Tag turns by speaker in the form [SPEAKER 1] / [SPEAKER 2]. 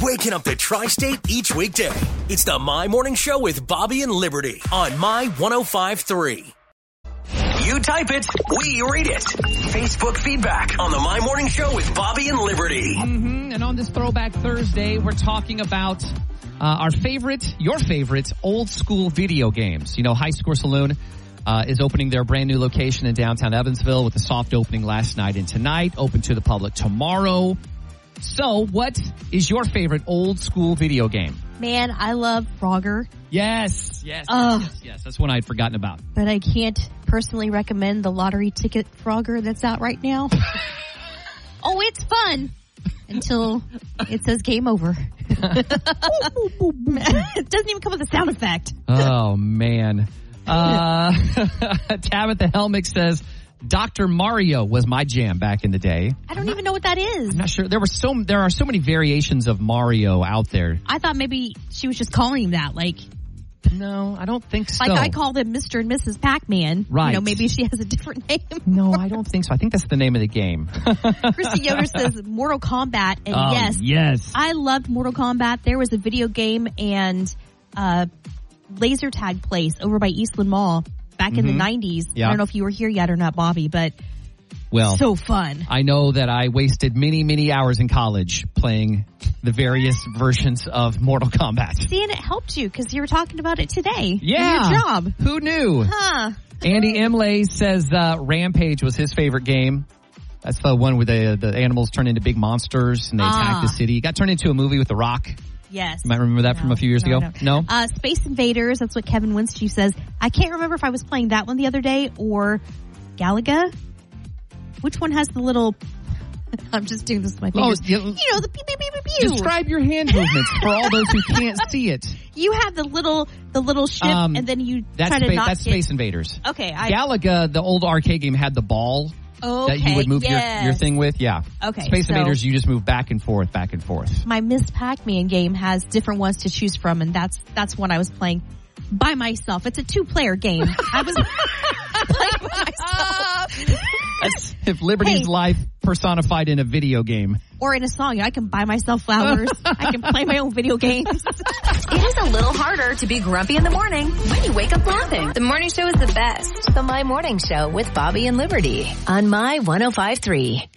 [SPEAKER 1] waking up the tri state each weekday. It's the My Morning Show with Bobby and Liberty on My 1053. You type it, we read it. Facebook feedback on the My Morning Show with Bobby and Liberty.
[SPEAKER 2] hmm And on this Throwback Thursday, we're talking about uh, our favorite, your favorite, old school video games. You know, High Score Saloon uh, is opening their brand new location in downtown Evansville with a soft opening last night and tonight, open to the public tomorrow. So, what is your favorite old school video game?
[SPEAKER 3] Man, I love Frogger,
[SPEAKER 2] Yes, yes,
[SPEAKER 3] Ugh.
[SPEAKER 2] yes, yes, yes. That's one I'd forgotten about.
[SPEAKER 3] but I can't personally recommend the lottery ticket Frogger that's out right now. oh, it's fun until it says game over. it doesn't even come with a sound effect.
[SPEAKER 2] Oh man. Uh, Tabitha Helmick says, Dr. Mario was my jam back in the day.
[SPEAKER 3] I don't even know what that is.
[SPEAKER 2] I'm not sure. There were so there are so many variations of Mario out there.
[SPEAKER 3] I thought maybe she was just calling him that, like
[SPEAKER 2] No, I don't think so.
[SPEAKER 3] like I call them Mr. and Mrs. Pac-Man.
[SPEAKER 2] Right.
[SPEAKER 3] You know, maybe she has a different name.
[SPEAKER 2] No, I don't think so. I think that's the name of the game.
[SPEAKER 3] Christy Yoder says Mortal Kombat, and
[SPEAKER 2] Oh,
[SPEAKER 3] yes,
[SPEAKER 2] yes.
[SPEAKER 3] I loved Mortal Kombat. There was a video game and uh, laser tag place over by Eastland Mall back in the 90s.
[SPEAKER 2] Mm-hmm. Yeah.
[SPEAKER 3] I don't know if you were here yet or not, Bobby, but
[SPEAKER 2] Well,
[SPEAKER 3] so fun.
[SPEAKER 2] I know that I wasted many, many hours in college playing the various versions of Mortal Kombat.
[SPEAKER 3] See, and it helped you because you were talking about it today.
[SPEAKER 2] Yeah.
[SPEAKER 3] In your job.
[SPEAKER 2] Who knew?
[SPEAKER 3] Huh.
[SPEAKER 2] Andy Imlay says uh, Rampage was his favorite game. That's the one where the the animals turn into big monsters and they attack
[SPEAKER 3] Ah.
[SPEAKER 2] the city. It got turned into a movie with The Rock. You
[SPEAKER 3] Yes.
[SPEAKER 2] might remember that from a few years
[SPEAKER 3] No,
[SPEAKER 2] ago.
[SPEAKER 3] no. Uh, Space Invaders, that's what Kevin Winstew says. I can't remember if I was playing that one the other day or Galaga. Which one has the little. I'm just doing this with my
[SPEAKER 2] Oh,
[SPEAKER 3] fingers.
[SPEAKER 2] yeah.
[SPEAKER 3] you know, the pew, pew, pew, pew, pew.
[SPEAKER 2] Describe your hand movements for all those who can't see it.
[SPEAKER 3] You have the little the little ship,
[SPEAKER 2] Um,
[SPEAKER 3] and then you
[SPEAKER 2] That's
[SPEAKER 3] try to
[SPEAKER 2] spa-
[SPEAKER 3] not
[SPEAKER 2] that's
[SPEAKER 3] get-
[SPEAKER 2] Space Invaders.
[SPEAKER 3] Okay, I
[SPEAKER 2] Galaga, the old arcade game, had the ball
[SPEAKER 3] okay,
[SPEAKER 2] that you would move
[SPEAKER 3] yes.
[SPEAKER 2] your, your thing with. Yeah.
[SPEAKER 3] Okay,
[SPEAKER 2] Space
[SPEAKER 3] so-
[SPEAKER 2] Invaders, you just move back and forth, back and forth.
[SPEAKER 3] My Miss Pac-Man game has different ones to choose from, and that's that's one I was playing by myself. It's a two-player game. I was playing by myself,
[SPEAKER 2] That's if Liberty's
[SPEAKER 3] Hey.
[SPEAKER 2] life personified in a video game.
[SPEAKER 3] or in a song. I can buy myself flowers. I can play my own video games.
[SPEAKER 4] It is a little harder to be grumpy in the morning when you wake up laughing. The morning oh show is the best. The My Morning Show with Bobby and Liberty on My 1053.